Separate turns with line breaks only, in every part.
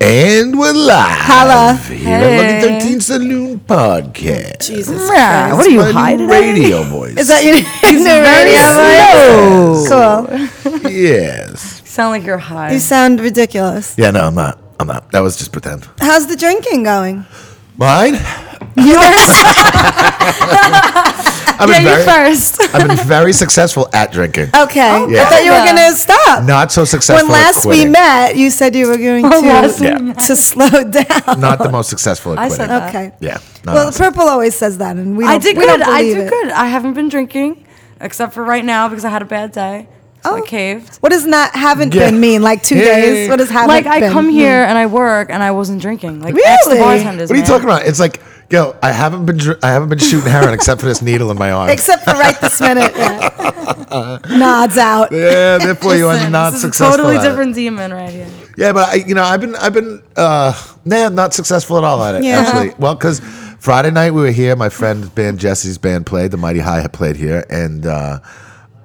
And we're live
Holla.
here on Lucky 13 Saloon Podcast.
Jesus
Yeah,
Christ.
what are you
My new
hiding?
radio voice.
Is that your new
No.
Cool.
yes.
Sound like you're high.
You sound ridiculous.
Yeah, no, I'm not. I'm not. That was just pretend.
How's the drinking going?
Mine? I've been, very,
first.
I've been very successful at drinking.
Okay.
Yeah.
I thought you were
Oh, Yeah.
going to stop.
Not so successful
when
at
last we
quitting.
met, you said you were going
last
to
we
Yeah.
to slow down.
Not the most successful at
I
quitting.
said that.
Okay.
Yeah. not
Well,
awesome.
Purple always says that, and we don't,
I did
we
good.
don't
I
believe
did
it.
good. I haven't been drinking except for right now because I had a bad day. So I caved.
What does not haven't
Yeah.
been mean? Like two
Yeah.
days? What does haven't
Like I
been
come
mean?
here and I work and I wasn't drinking. Like
Really?
ex the bartenders.
What are you
man.
talking about? It's like, yo, I haven't been dr- I haven't been shooting heroin except for this needle in my arm.
Except for right this minute. Yeah. Nods out.
yeah, therefore you are
Listen,
not
this is a
successful.
Totally
at it.
different demon right here.
Yeah, but I, you know, I've been, I've been, uh, nah, I'm not successful at all at it.
Yeah.
Actually, well, because Friday night we were here. My friend's band, Jesse's band, played. The Mighty High had played here, and uh,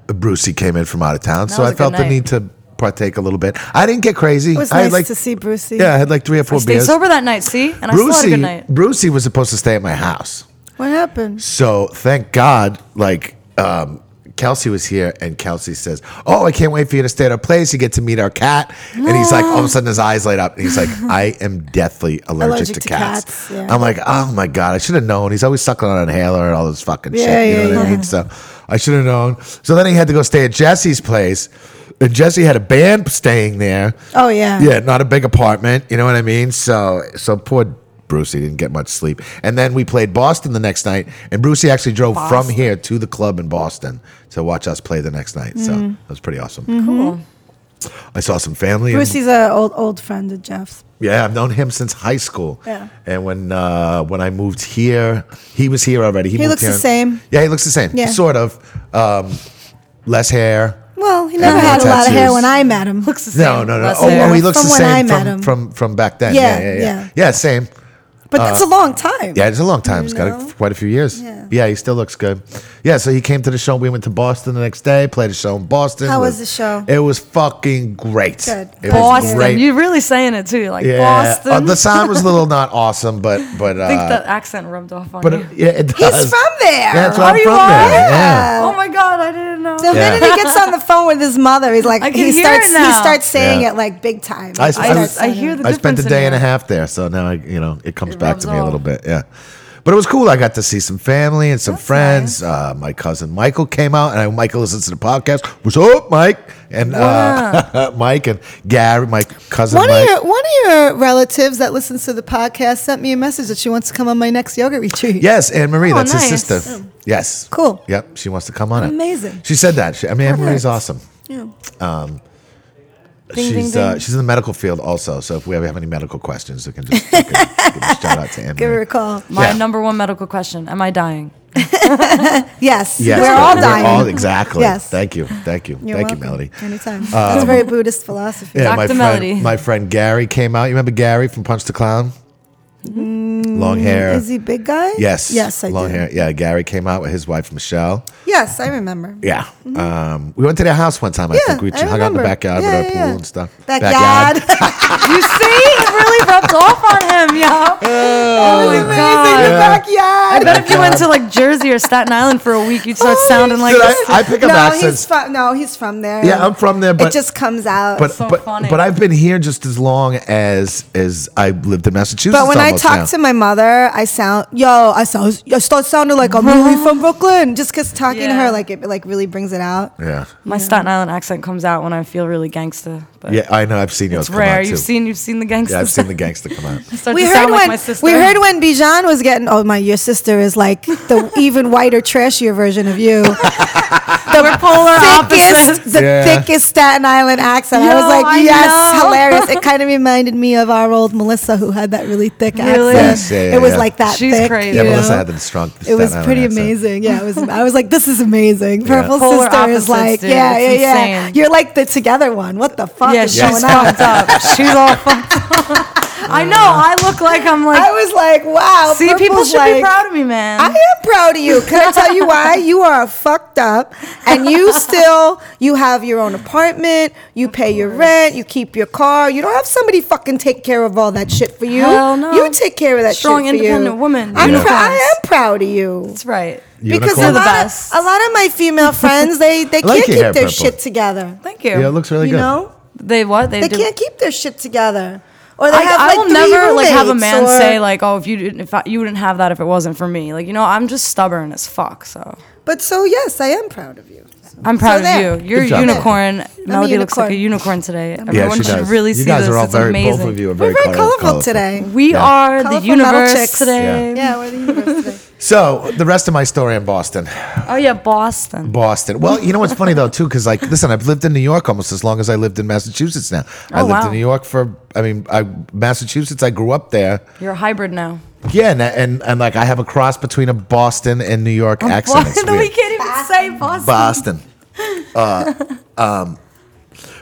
Brucey came in from out of town, so I
was a good
felt the
night.
need to partake a little bit. I didn't get crazy.
It was
I had
nice
like,
to see Brucey.
yeah, I had like three or four
Stayed
beers.
sober that night, see? And I still had a good
Brucey,
night.
Brucey was supposed to stay at my house.
What happened?
So thank God, like um, Kelsey was here, and Kelsey says, "Oh, I can't wait for you to stay at our place. You get to meet our cat." And he's like, all of a sudden, his eyes light up, and he's like, "I am deathly allergic,
Allergic
to,
to
cats."
cats, yeah.
I'm like, "Oh my God, I should have known." He's always sucking on an inhaler and all this fucking
Yeah,
shit. You know
yeah,
what I mean? So I should have known. So then he had to go stay at Jesse's place. And Jesse had a band staying there.
Oh, yeah.
Yeah, not a big apartment. You know what I mean? So so poor Brucey didn't get much sleep. And then we played Boston the next night, and Brucey actually drove from here to the club in Boston to watch us play the next night. So
Mm.
that was pretty awesome.
Cool.
I saw some family. and-
Brucey's an old old friend of Jeff's.
yeah, I've known him since high school.
Yeah.
And when uh, when I moved here, he was here already.
He
moved
looks the
here.
same.
Yeah, he looks the same.
Yeah.
Sort of. Um, less hair.
Well, he never
And
had a lot of hair
tattoos.
when I met him.
Looks the same.
No, no, no.
less
Oh,
hair.
oh, he looks
From
the
when I
same
met
from,
him.
from from back then.
Yeah,
yeah, yeah.
yeah.
Yeah, yeah same.
But that's a long time.
Yeah, it's a long time. It's
You
got
know?
a, quite a few years.
Yeah.
he still looks good. Yeah, so he came to the show. We went to Boston the next day, played a show in Boston.
How
It
was the show?
It was fucking great.
Good.
It was
Boston.
great.
You're really saying it too. Like
yeah.
Boston.
Uh, the sound was a little not awesome, but but uh,
I think that accent rubbed off on
but
you.
it, yeah, it
He's
does.
from there.
That's
Oh,
where I'm
you
from.
are?
There. Yeah.
Yeah.
oh my god, I didn't know.
The
Yeah.
minute he gets on the phone with his mother, he's like,
I can
he
hear
starts,
it now.
he starts saying
Yeah.
it like big time.
I-
He
I
starts
was-
I
saying
hear
it.
the
I spent a
difference in
day and a
your-
half there, so now I, you know it comes
It
back
rubs
to me a little
off.
bit. Yeah, but it was cool. I got to see some family and some friends. Uh, my cousin Michael came out, and I, Michael listens to the podcast. What's up, Mike? And uh, Mike and Gary, my cousin
One of
Mike.
your one of your relatives that listens to the podcast sent me a message that she wants to come on my next yoga retreat.
yes, Anne Marie.
Oh,
that's
nice.
his sister. Yes.
Cool.
Yep, she wants to come on it.
Amazing.
She said that. She, I mean, Anne Marie's
Perfect.
awesome. Um,
Yeah.
Ding, ding,
she's Uh,
ding.
she's in the medical field also. So if we ever have any medical questions, we can just we can give a shout out to Anne.
Give her
Marie.
a call.
My
Yeah.
number one medical question: Am I dying?
Yes,
Yes. we're
but
all dying.
exactly.
Yes.
Thank you. Thank you.
You're
Thank
welcome.
you, Melody.
Anytime. That's very Buddhist philosophy.
Yeah, my friend,
Dr. Melody.
my friend Gary came out. You remember Gary from Punch the Clown? Long hair.
Mm, Is he big guy?
Yes.
Yes, I
Long
do.
hair. Yeah, Gary came out with his wife Michelle.
Yes, I remember.
Yeah. Um, we went to their house one time. I
Mm-hmm. Yeah,
think we
I
hung out in the
remember.
backyard
Yeah,
with our
yeah,
pool
yeah.
and stuff.
Backyard.
you see, it really rubbed off on him, yo. Oh my god! I
Backyard.
bet if you went to like Jersey or Staten Island for a week, you'd start sounding like
Did
this.
I, I pick up
no,
accents.
he's from no, he's from there.
Yeah, I'm from there, but-
it just comes out.
but
But,
so
but
funny.
but I've been here just as long as as I lived in Massachusetts.
when I
almost
talk
now.
to my mother, I sound yo, I sound I start sounding like I'm really from Brooklyn. Just cause talking to
Yeah.
her like it like really brings it out.
yeah
My Staten Island accent comes out when I feel really gangsta. But
yeah I know I've seen yours
it's
come out
rare.
too.
You've seen you've seen the gangsta.
yeah I've seen the gangster come out.
Start
We
to
heard,
sound like
when,
my sister.
we heard when Bijan was getting oh my your sister is like the even whiter trashier version of you the
we're polar opposites.
thickest the
Yeah.
thickest Staten Island accent I
Yo,
was like
I
yes
know.
hilarious it kind of reminded me of our old Melissa who had that really thick
Really?
Yes,
accent
yeah, yeah,
it was
yeah.
like that
She's
thick,
crazy.
Yeah,
you
Melissa
know?
had the strong.
it was pretty amazing. Yeah, it was. I was like, "This is amazing." Purple
Polar
sister
opposites,
is like,
dude.
"Yeah,
It's
yeah, yeah."
insane.
You're like the together one. What the fuck
yeah,
is
she's
going on?
fucked up. She's all fucked. I know. I look like I'm like.
I was like, wow.
see, people
Purple's
should be
like,
proud of me, man.
I am proud of you. Can I tell you why? You are fucked up, and you still you have your own apartment. You pay your rent. You keep your car. You don't have somebody fucking take care of all that shit for you.
Hell no.
You take care of that
Strong,
shit for
independent
you.
woman.
I'm
Yeah.
prou- I am proud of you.
That's right.
Because
Unicorn?
a
You're the
lot,
best.
Of, a lot of my female friends, they, they
like
can't
your
keep
hair
their
purple.
shit together.
Thank you.
Yeah, it looks really
you
good.
know,
They what? They,
they
do-
can't keep their shit together. Or they
I,
have
I
like
will
three
never like have a
roommates
man
or-
say like, "Oh, if you didn't, if I, you wouldn't have that if it wasn't for me." Like, you know, I'm just stubborn as fuck. So
But so yes, I am proud of you.
I'm proud
there.
of you. You're a
Good job.
unicorn. Melody looks
unicorn.
like a unicorn today.
Yeah,
Everyone
she
should
does.
really
you
see
guys
this.
Are all
it's
very,
amazing.
Both of you are very,
We're very
color-
colorful, today.
We
Yeah.
are the
Colorful metal
universe
chicks.
today.
yeah, we're the universe today.
So the rest of my story in Boston.
Oh yeah, Boston.
Boston. Well, you know what's funny though too, because like, listen, I've lived in New York almost as long as I lived in Massachusetts. Now I
Oh,
lived
wow.
in New York for, I mean, I, Massachusetts. I grew up there.
You're a hybrid now.
Yeah, and, and and like I have a cross between a Boston and New York accent. It's
Boston. We
weird.
can't even say Boston.
Boston. Uh, um,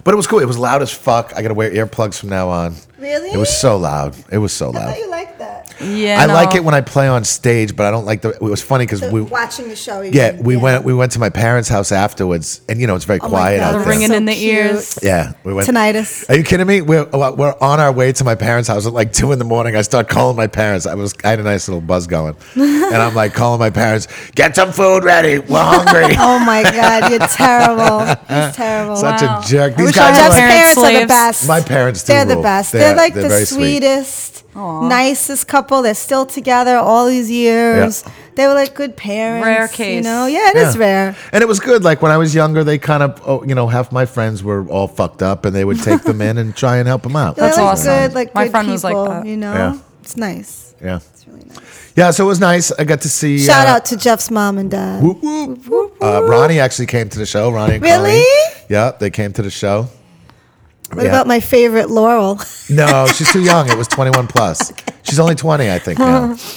but it was cool. It was loud as fuck. I gotta wear earplugs from now on.
Really?
It was so loud. It was so loud.
you like that.
Yeah,
I like
no.
it when I play on stage, but I don't like the. It was funny because we
Watching the show. you
yeah
mean,
we went we went to my parents' house afterwards, and you know it's very
my
quiet
God,
out
the
there.
that's
ringing
so
in the
cute.
ears.
Yeah, we went
Tinnitus.
Are you kidding me? We're uh, we're on our way to my parents' house at like two in the morning. I start calling my parents. I was I had a nice little buzz going, and I'm like calling my parents, get some food ready. We're hungry.
Oh my God, you're terrible. He's terrible.
Such
wow.
a jerk.
I
These
wish I
guys
had
are
Jeff's
like,
parents
parents are the
slaves.
best.
my parents. do
They're the
rule.
best. They're,
They are-
like
they're
the
very sweet.
sweetest, nicest couple. They're still together all these years.
Yeah.
They were like good parents.
Rare
You
case.
know, yeah, it is
Yeah.
rare.
And it was good. Like when I was younger, they kind of, oh, you know, half my friends were all fucked up, and they would take them in and try and help them out.
That's
They're like
awesome.
Good, like
My
good
friend
people,
was like that.
You know,
Yeah.
it's nice.
Yeah,
It's really nice.
yeah. So it was nice. I got to see.
Shout
uh,
out to Jeff's mom and dad.
Whoop, whoop. Uh, Ronnie actually came to the show. Ronnie and
Really?
Colleen. Yeah, they came to the show.
What
Yeah.
about my favorite Laurel?
No, she's too young. It was 21 plus. She's only 20, I think now.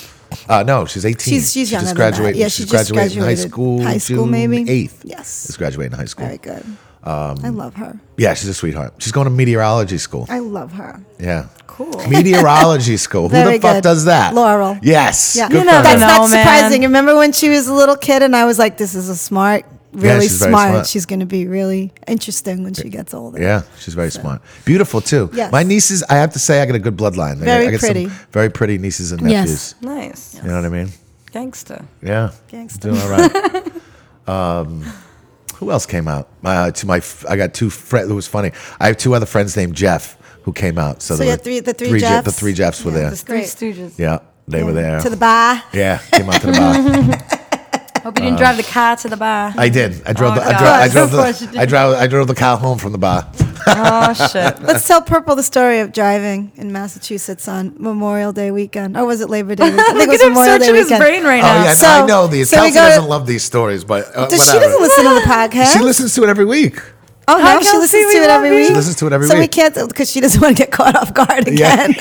Uh, no, she's 18.
She's- she's
she
younger
just
than that.
graduated.
Yeah,
she's
she just
graduating high
graduated
school.
high school,
June
maybe?
8th.
Yes.
She's graduating high school.
Very good.
Um,
I love her.
Yeah, she's a sweetheart. She's going to meteorology school.
I love her.
Yeah.
Cool.
Meteorology school. Who
Very
the fuck
good.
does that?
Laurel.
Yes.
Yeah.
Good
You
for
never
her.
That's
know.
not
man.
surprising. Remember when she was a little kid and I was like, this is a smart, really
she's very
smart.
smart.
She's going to be really interesting when she gets older.
Yeah, she's very smart. Beautiful too.
Yes.
My nieces, I have to say, I got a good bloodline. I got-
Very
I got
pretty.
Some very pretty nieces and
Yes.
nephews.
Nice.
You know what I mean?
Gangster.
Yeah.
Gangsta.
Doing all right. um, who else came out? Uh, to my, f- I got two friends. It was funny. I have two other friends named Jeff who came out. So,
So
there
you
were
had three- the three
Je-
Jeffs?
the three Jeffs were
Yeah,
there.
just-
Three
Great.
Stooges.
yeah, they were there.
To the bar.
yeah, came out to the bar.
Hope
Uh,
you didn't drive the car to the bar.
I did. I drove.
Oh,
the,
God.
I
Of
drove. I
course you
drove.
did.
The, I drove. I drove the car home from the bar.
oh shit.
Let's tell Purple the story of driving in Massachusetts on Memorial Day weekend. Or was it Labor Day weekend? I think it
Look
was
at him
Memorial Day
searching his
weekend.
brain right now.
oh yeah,
So-
I know these.
so we
Kelsey
go to-
doesn't love these stories, but uh,
Does- she
whatever.
doesn't listen to the podcast.
She listens to it every week.
Oh,
Hi,
no, she
Kelsey,
listens to
we
it every
love you.
week.
She listens to it every
so
week.
we can't, because she doesn't want to get caught off guard
Yeah.
again.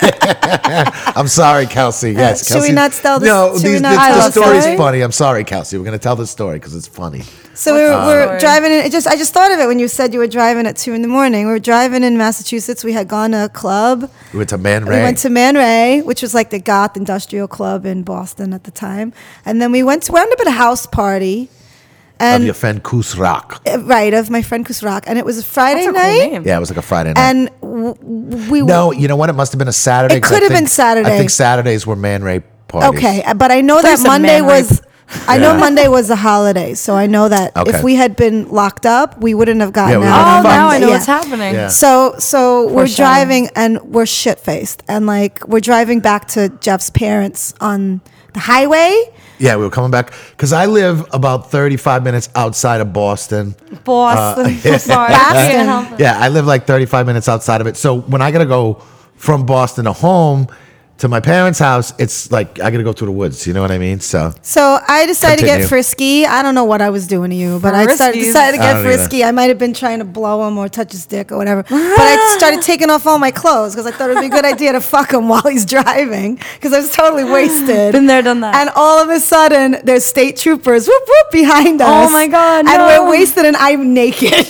I'm sorry, Kelsey. Yes,
Uh, should we
Kelsey.
not tell this-
No,
should
these,
we not
this-
tell
the
the
story's
story?
funny. I'm sorry, Kelsey. We're gonna tell the story because it's funny.
So we were,
Oh,
we're
story?
driving in. It just I just thought of it when you said you were driving at two in the morning. We were driving in Massachusetts. We had gone to a club.
We went to Man Ray.
We went to Man Ray, which was like the goth industrial club in Boston at the time. And then we went to wound up at a house party,
of
and
your friend Kus Rock.
uh, right of my friend Kusrak, and it was a Friday
That's a cool
night.
name.
Yeah, it was like a Friday night.
And w- w- we
no, you know what? It must have been a Saturday.
It
'cause
could
I
have been
think-
Saturday.
I think Saturdays were Man Ray parties.
Okay, uh, but I know that
you said
Monday
man
was. I know
Yeah.
Monday was a holiday, so I know that
Okay.
if we had been locked up, we wouldn't have gotten
we wouldn't
out.
Oh,
have
on
gotten
now
Monday.
I know
Yeah.
what's happening.
Yeah.
So so we're
Foreshadowing.
driving and we're shit faced and like we're driving back to Jeff's parents on the highway.
Yeah, we were coming back because I live about 35 minutes outside of Boston.
Boston.
Uh,
I'm sorry.
Boston.
Can't help it.
Yeah, I live like 35 minutes outside of it. So when I gotta go from Boston to home, to my parents' house, it's like I gotta go through the woods. You know what I mean? So
So I decided to
Continue.
get frisky. I don't know what I was doing to you, but I started,
Frisky.
decided to
I
get
don't either.
frisky. I might have been trying to blow him or touch his dick or whatever. but I started taking off all my clothes because I thought it would be a good idea to fuck him while he's driving because I was totally wasted.
Been there, done that.
And all of a sudden, there's state troopers whoop whoop behind us.
Oh my God,
And
no.
we're wasted, and I'm naked.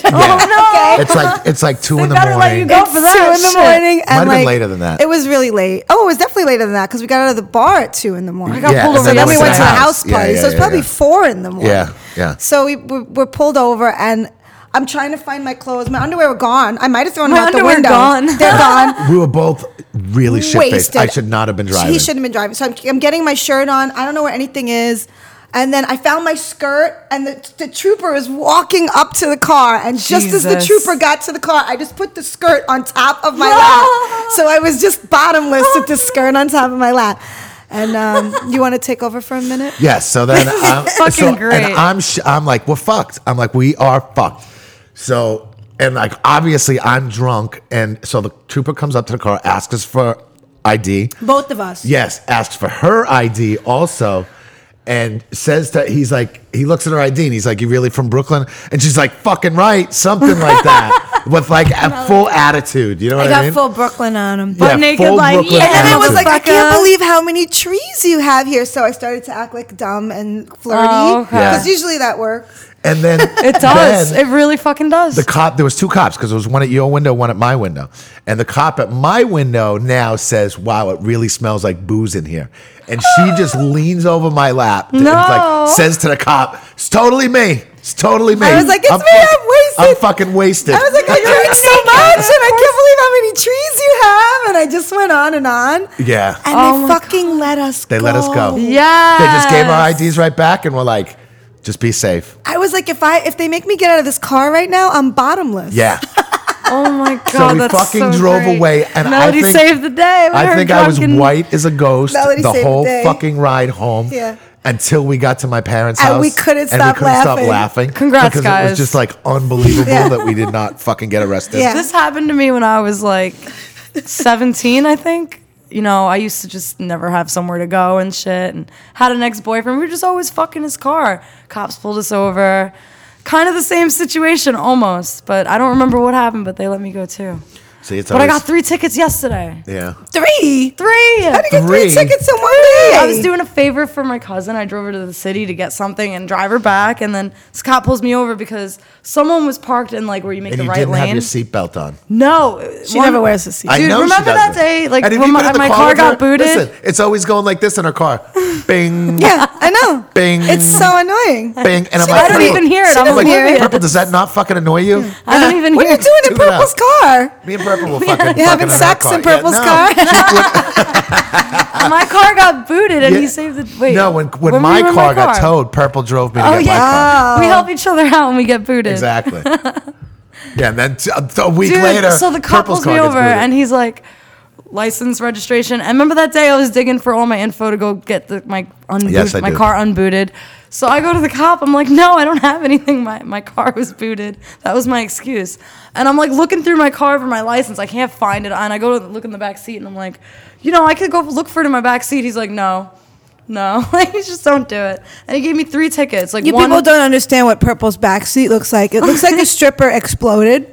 Oh no!
it's like it's like two in the
better
morning.
let you go.
It's
for that
two in the
shit.
morning.
Might have
and,
been
like,
later than that.
It was really late. Oh, it was definitely later than that because we got out of the bar at two in the morning.
We got Yeah, pulled
and
over.
then
So then we
went
went to the house
Yeah,
party.
yeah,
so it's
yeah,
probably
yeah.
four in the morning.
Yeah, yeah.
So we we- we're pulled over and. I'm trying to find my clothes. My underwear were gone. I might have thrown
My
them out the
underwear
window.
gone.
They're gone.
We were both really shit faced.
Wasted.
I should not have been driving.
He shouldn't have been driving. So I'm, I'm getting my shirt on. I don't know where anything is. And then I found my skirt, and the, the trooper is walking up to the car. And just as the
Jesus.
trooper got to the car, I just put the skirt on top of my
No.
lap. So I was just bottomless with the skirt on top of my lap. And um, you want to take over for a minute?
Yes. So then I'm
Fucking
so-
great.
And I'm sh- I'm like we're fucked. I'm like we are fucked. So and like obviously I'm drunk, and so the trooper comes up to the car, asks us for ID.
Both of us.
Yes, asks for her ID also, and says that he's like he looks at her ID and he's like, "You really from Brooklyn?" And she's like, "Fucking right," something like that, with like a full attitude. You know what I, mean?
Brooklyn on him.
butt naked, like, yeah.
And then it was like, I
Motherfucker.
can't believe how many trees you have here. So I started to act like dumb and flirty.
Oh, okay.
Yeah.
Because usually that works.
and then
It does.
then-
it really fucking does.
the cop there was two cops because there was one at your window one at my window and the cop at my window now says wow it really smells like booze in here and she just leans over my lap and
No.
like says to the cop it's totally me it's totally me
I was like, "It's me, I'm
fuck-
wasted."
i'm fucking wasted
I was like, I drink so much and I can't believe how many trees you have. And I just went on and on.
yeah
And
Oh my
they fucking let us
they
go.
let us go
yeah.
they just gave our ids right back and we're like just be safe
I was like, if I if they make me get out of this car right now, I'm bottomless.
yeah
Oh my god!
we
that's
fucking
so
drove
great.
away, and I
Melody
think-
saved the day. with
I
her
think I was
drunken-
white as a ghost
Melody
the
saved the
whole
day.
fucking ride home.
Yeah.
Until we got to my parents'
And
house,
we couldn't stop laughing.
Congrats,
because It
guys.
was just like unbelievable
Yeah.
that we did not fucking get arrested.
Yeah.
This happened to me when I was like 17, I think. You know, I used to just never have somewhere to go and shit, and had an ex boyfriend. We were just always fucking his car. Cops pulled us over. Kind of the same situation almost, but I don't remember what happened, but they let me go too.
See, it's
But I
always,
got three tickets yesterday.
Yeah.
Three.
Three!
How did you get three
Three.
tickets in one day?
I was doing a favor for my cousin. I drove her to the city to get something and drive her back. And then Scott pulls me over because someone was parked in like where you make
And
the
you
right
didn't
lane.
have your seatbelt on.
No,
She never wears a seat.
I
Dude,
know she
remember that
doesn't.
day, like
And if
when
you
my,
get in the
my
car
car
with
got
her,
booted?
Listen, it's always going like this in her car. Bing,
yeah, I know.
Bing.
It's so annoying.
bing, and I'm
She
like,
doesn't
"Purple,"
even hear it.
I'm
I'm
like,
oblivious.
Purple, does that not fucking annoy you?
I don't even
What are
hear.
you doing in
Tune it out.
Purple's car?
Me and Purple will fucking. fucking
You're having
in her
sex
car.
in
Yeah,
Purple's
no.
car?
my car got booted, and he
Yeah.
saved the wait.
No, when when,
we
my
were
car
in
got towed, Purple drove me to
Oh,
get
yeah.
my car.
we help each other out when we get booted.
Exactly. yeah, and then t- uh, a week
Dude,
later,
so the cop
Purple's
pulls me
car gets
over,
booted.
and he's like, "License, registration." And remember that day I was digging for all my info to go get the, my unboot,
Yes, I
my
do.
car unbooted. So I go to the cop. I'm like, "No, I don't have anything. My my car was booted. That was my excuse." And I'm like looking through my car for my license. I can't find it. And I go to look in the back seat, and I'm like, "You know, I could go look for it in my back seat." He's like, "No." No, like you just don't do it. And he gave me three tickets. Like
You
one,
people don't understand what Purple's backseat looks like. It looks like a stripper exploded.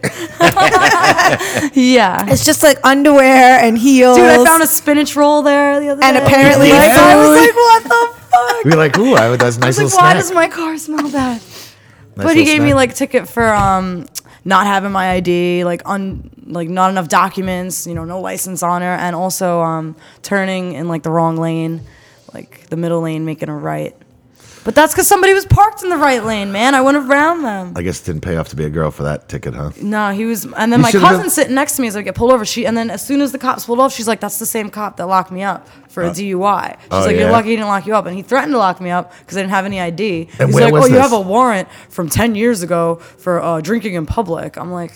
yeah.
It's just like underwear and heels.
Dude, I found a spinach roll there the other
and
day.
apparently
Like, I was like,
what the fuck?
we were like, ooh, I, that's a
I
nice
was like,
little
why
snack.
does my car smell bad?
Nice
but he
little
gave me
snack.
like ticket for um not having my ID, like un like not enough documents, you know, no license on her, and also um turning in like the wrong lane, like the middle lane, making a right. But that's because somebody was parked in the right lane, man. I went around them.
I guess it didn't pay off to be a girl for that ticket, huh?
No, he was, and
You
then my
should've
cousin
done-
sitting next to me as I get pulled over. She, and then as soon as the cops pulled off, she's like, "That's the same cop that locked me up for a DUI." She's
Oh,
like, "You're
yeah?
lucky he didn't lock you up." And he threatened to lock me up because I didn't have any ID.
And
He's
where
like,
was
"Oh, you
this?
have a warrant from ten years ago for uh, drinking in public." I'm like,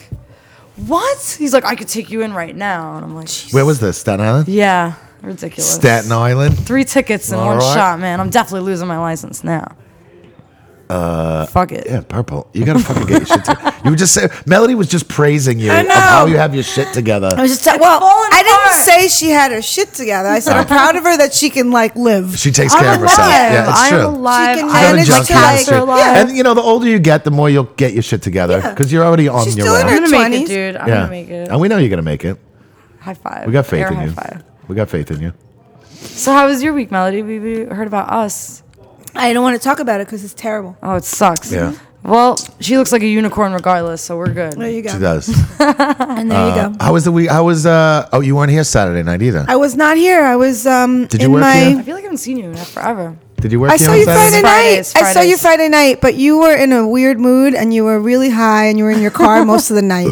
"What?" He's like, "I could take you in right now," and I'm like,
Where was this? Staten Island?
"Yeah, ridiculous."
Staten Island?
Three tickets in
uh, All
one
right.
shot, man. I'm definitely losing my license now. Fuck it.
Uh, Yeah, purple. You gotta fucking get your shit together. You were just say Melody was just praising you
I
of
know.
how you have your shit together.
I was just ta-
It's
well,
falling
I didn't
apart.
say she had her shit together. I said I'm proud of her that she can like live.
She takes
I'm
care of
alive.
herself. Yeah, it's
I'm
true.
Um, alive.
She can
She's not
I'm
a
manage
junkie
to,
on the
like-
street.
alive. Yeah.
And you know, the older you get, the more you'll get your shit together because you're already on
She's
your
still in
way.
her-
gonna make it,
20s.
dude. I'm
yeah,
gonna make it.
and we know you're gonna make it.
High five.
We got faith
Air
in
high
you.
five.
We got faith in you.
So how was your week, Melody? We, we heard about us.
I don't want to talk about it because it's terrible.
Oh, it sucks.
Yeah.
Well, she looks like a unicorn regardless, so we're good.
There you
She
go.
does.
And there you go.
how was the week? How was uh? Oh, you weren't here Saturday night either.
I was not here. I was um
Did you
in
work
my
here?
I feel like I haven't seen you in forever.
Did you work?
I
here
saw
on
you
Saturday?
Friday
Fridays,
night. I saw you
Fridays.
Friday night, but you were in a weird mood and you were really high and you were in your car most of the night.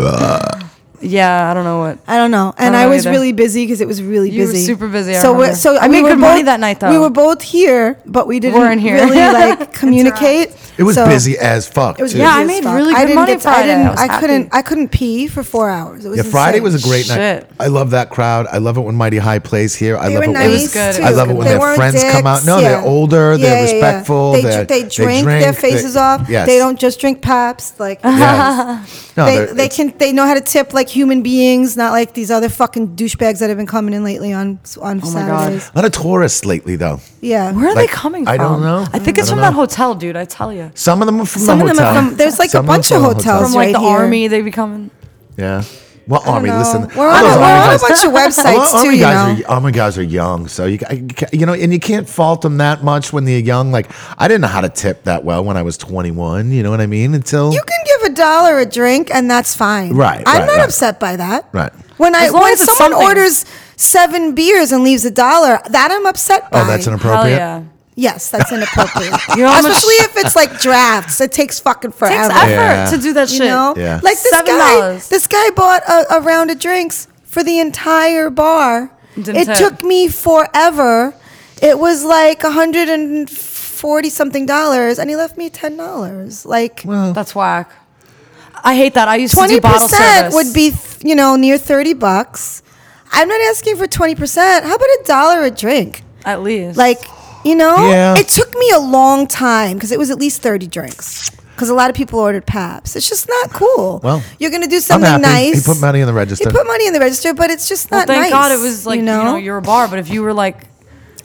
Yeah, I don't know what.
I don't know. And
I
I,
don't know
was
either.
really busy because it was really
You were
busy.
super busy, I
so we're,
remember.
so
I
we
made
were
good
both,
money that night,
We
though.
were both here, but we didn't
Weren't here.
really like communicate.
It was
So
busy as fuck.
It was
too.
busy
Yeah, I
as
made
fuck.
really
I
good
didn't
money
get to- I
Friday.
didn't.
I was
I,
happy.
couldn't. I couldn't pee for four hours. It was
Yeah, Friday
insane.
was a great night.
Shit.
I love that crowd. I love it when Mighty High plays here. I
They
love
were
it
nice.
when
was good.
Too.
I love it when
They
their
weren't
friends come out.
dicks.
No,
Yeah.
they're older.
Yeah,
They're
yeah, yeah.
respectful.
They,
they're-
dr- they drink their faces off.
Yes.
They don't just drink paps. Like
Yes. No,
they,
they're-
they
it's-
can they know how to tip like human beings, not like these other fucking douchebags that have been coming in lately on on
my God.
Saturdays.
A lot of tourists lately, though.
Yeah,
Where are
Like,
they coming from?
I don't know.
I think
I
it's
don't
from
know.
that hotel, dude. I tell you.
Some of them are from
Some
the
of them are
hotel.
from- there's, like, a
Some of them
bunch
from
of
the
hotels.
From
It's
like
right
the
here.
army, they be coming.
Yeah. Well,
I don't
army,
know.
Oh, listen.
We're
all
on, a,
those
we're
army
on a
guys-
bunch of websites
Well,
too. You know,
guys are army guys are young, so you I ca- you know, and you can't fault them that much when they're young. Like I didn't know how to tip that well when I was 21. You know what I mean? Until
you can give a dollar a drink and that's fine.
Right,
I'm
right,
not
right.
upset by that.
Right.
When I
As long
when
as it's
someone
something.
orders seven beers and leaves a dollar, that I'm upset by.
oh, that's
Hell
inappropriate.
yeah.
Yes, that's inappropriate.
You know how much-
Especially if it's like drafts. It takes fucking forever.
Takes effort
Yeah.
to do that
You
shit.
know?
Yeah.
Like this guy
$7.
this guy bought a, a round of drinks for the entire bar.
Didn't
it
tip.
took me forever. It was like a hundred and forty something dollars and he left me ten dollars. Like
That's whack. I hate that. I used to
twenty
do bottle
percent
service.
would be th- you know, near thirty bucks. I'm not asking for twenty percent. How about a dollar a drink?
at least
Like, you know,
Yeah.
it took me a long time because it was at least 30 drinks. Because a lot of people ordered PAPS. It's just not cool.
Well,
you're going to do
I'm
something
happy.
nice.
He put money in the register.
He put money in the register, but it's just
Well,
not
thank
nice.
God it was like you know, you are a bar, but if you were like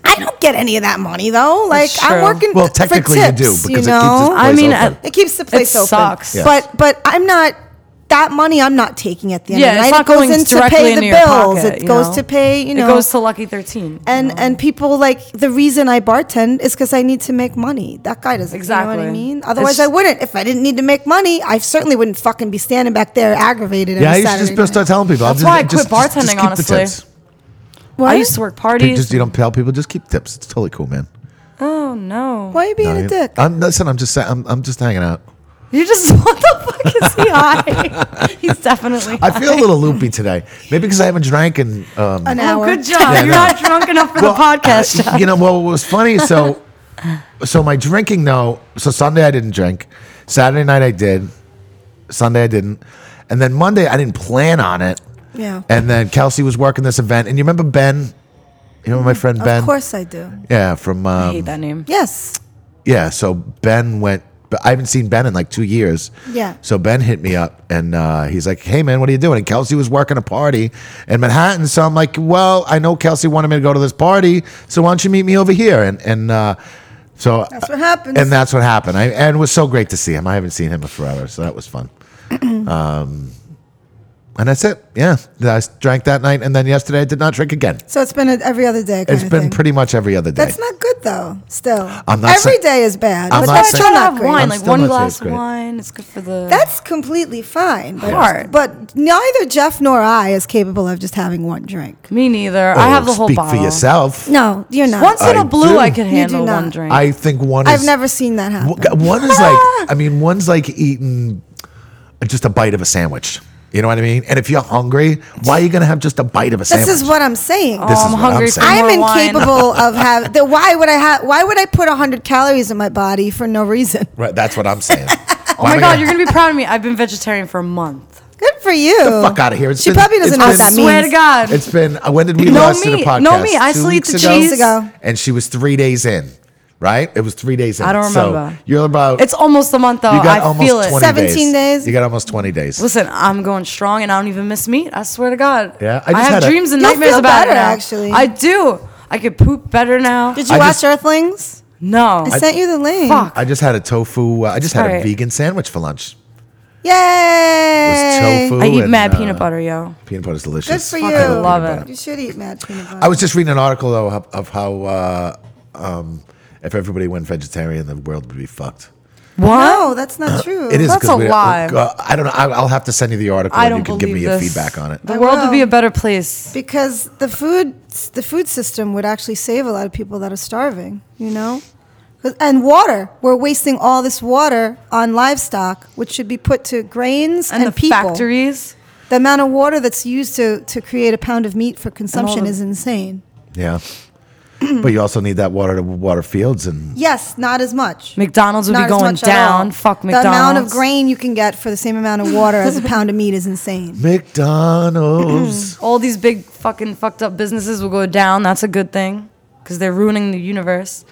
I don't get any of that money though. Like
That's
I'm
true.
working.
well,
for
technically
tips,
you do because it
you
keeps
know?
his place
I mean,
open.
I-
It keeps the place open.
sucks. Yes.
But but I'm not that money. I'm not taking at the end.
Yeah,
of the
it's
night.
not
it goes
going
in to
directly
pay the
into your
bills.
pocket,
it
you
goes
know?
to pay. You know,
it goes to Lucky Thirteen.
and and people like the reason I bartend is because I need to make money. That guy doesn't. You know what
Exactly.
I mean? Otherwise,
It's-
I wouldn't. If I didn't need to make money, I certainly wouldn't fucking be standing back there aggravated.
yeah,
every
you should just
Saturday
be- start
night.
telling people. I'll
That's
just-
why I
just-
quit
just- just
bartending,
keep the
honestly.
tips.
I used to work
You
parties.
just you don't tell people. Just keep tips. It's totally cool, man.
oh no!
Why are you being
No,
a
you-
dick?
I'm listen. I'm just sa- I'm, I'm just hanging out.
You just what the fuck is he high? He's definitely.
I feel a little loopy today. Maybe because I haven't drank in um,
An
Oh,
hour.
good job.
Yeah,
You're
no.
not drunk enough for the
Well,
podcast.
uh, you know, well, it was funny. So, so my drinking though. So Sunday I didn't drink. Saturday night I did. Sunday I didn't. And then Monday I didn't plan on it.
Yeah.
And then Kelsey was working this event, and you remember Ben? You remember my friend Ben?
Of course I do.
Yeah, from
I
um,
hate that name.
Yes.
yeah. So Ben went. But I haven't seen Ben in like two years.
Yeah.
So Ben hit me up and uh, he's like, "Hey man, what are you doing?" And Kelsey was working a party in Manhattan, so I'm like, "Well, I know Kelsey wanted me to go to this party, so why don't you meet me over here?" And and uh, so
That's what happens.
And that's what happened. I, and it was so great to see him. I haven't seen him in forever, so that was fun. um, and that's it. Yeah, I drank that night, and then yesterday I did not drink again.
So it's been a, every other day. Kind
It's
of
been
thing.
pretty much every other day.
That's not good though. Still,
I'm not
Every
sa-
day is bad.
I'm
but
not
that's
saying-
still
Gotta
not
have
great.
wine,
I'm
like
still
one
not saying
glass
it's
of
great.
wine. It's good for the.
That's completely fine. But,
Hard.
but neither Jeff nor I is capable of just having one drink.
me neither.
Oh,
I have the whole
speak
bottle.
for yourself.
No, you're not.
Once in
I
a blue,
do.
I could
You
do
handle one
not.
drink.
I think one is.
I've never seen that happen.
W- One is like, I mean, one's like eating just a bite of a sandwich. You know what I mean? And if you're hungry, why are you gonna have just a bite of a
This
sandwich?
is what I'm saying.
oh,
this is
I'm
what
hungry.
I'm
for
saying.
I
more
am
wine.
incapable of have. The, why would I have? Why would I put 100 calories in my body for no reason?
right, that's what I'm saying.
Oh my god, you're gonna be proud of me. I've been vegetarian for a month.
Good for you. The
fuck outta here. It's
she
been-
probably doesn't
it's
know
been-
what that
Swear
means.
to God.
It's been uh, when did we
No
last do the
meat,
podcast?
no meat. I
Two
still eat
weeks
the
ago?
cheese.
Ago.
And she was three days in, right? It was three days in.
I don't
So
remember.
you're about.
It's almost a month though.
you got
I
almost
feel it.
20
17 days.
You got almost 20 days.
Listen, I'm going strong, and I don't even miss meat. I swear to God.
Yeah, I
I,
just
have
had a-
dreams and
You'll
nightmares
feel
about it.
better,
now.
actually.
I do. I could poop better now.
Did you
I
watch
just-
Earthlings?
no.
I, sent you the link.
Fuck.
I just had a tofu. Uh, I just had a
Alright.
vegan sandwich for lunch. It was
Yay!
tofu.
I eat
and,
mad
uh,
peanut butter, yo.
Peanut butter is
Good
delicious.
for you.
I peanut
love it.
butter.
You should eat mad peanut butter.
I was just reading an article though of, of how uh, um, if everybody went vegetarian, the world would be fucked.
What?
no, Oh, that's not true.
Uh, It is
That's
'cause
a
we-
lie.
uh, I don't know. I, I'll have to send you the article.
I
and
don't
You can give
believe
me your
this.
feedback on it.
The
I
world
will.
would be a better place.
because the food the food system would actually save a lot of people that are starving you know 'Cause- and water we're wasting all this water on livestock which should be put to grains and,
And, the
people
factories.
the amount of water that's used to, to create a pound of meat for consumption
the-
is insane
Yeah. but you also need that water to water fields and
yes not as much
McDonald's would
not
be
as
going
much at all.
down. Fuck McDonald's.
the amount of grain you can get for the same amount of water as a pound of meat is insane
McDonald's.
All these big fucking fucked up businesses will go down. That's a good thing because they're ruining the universe.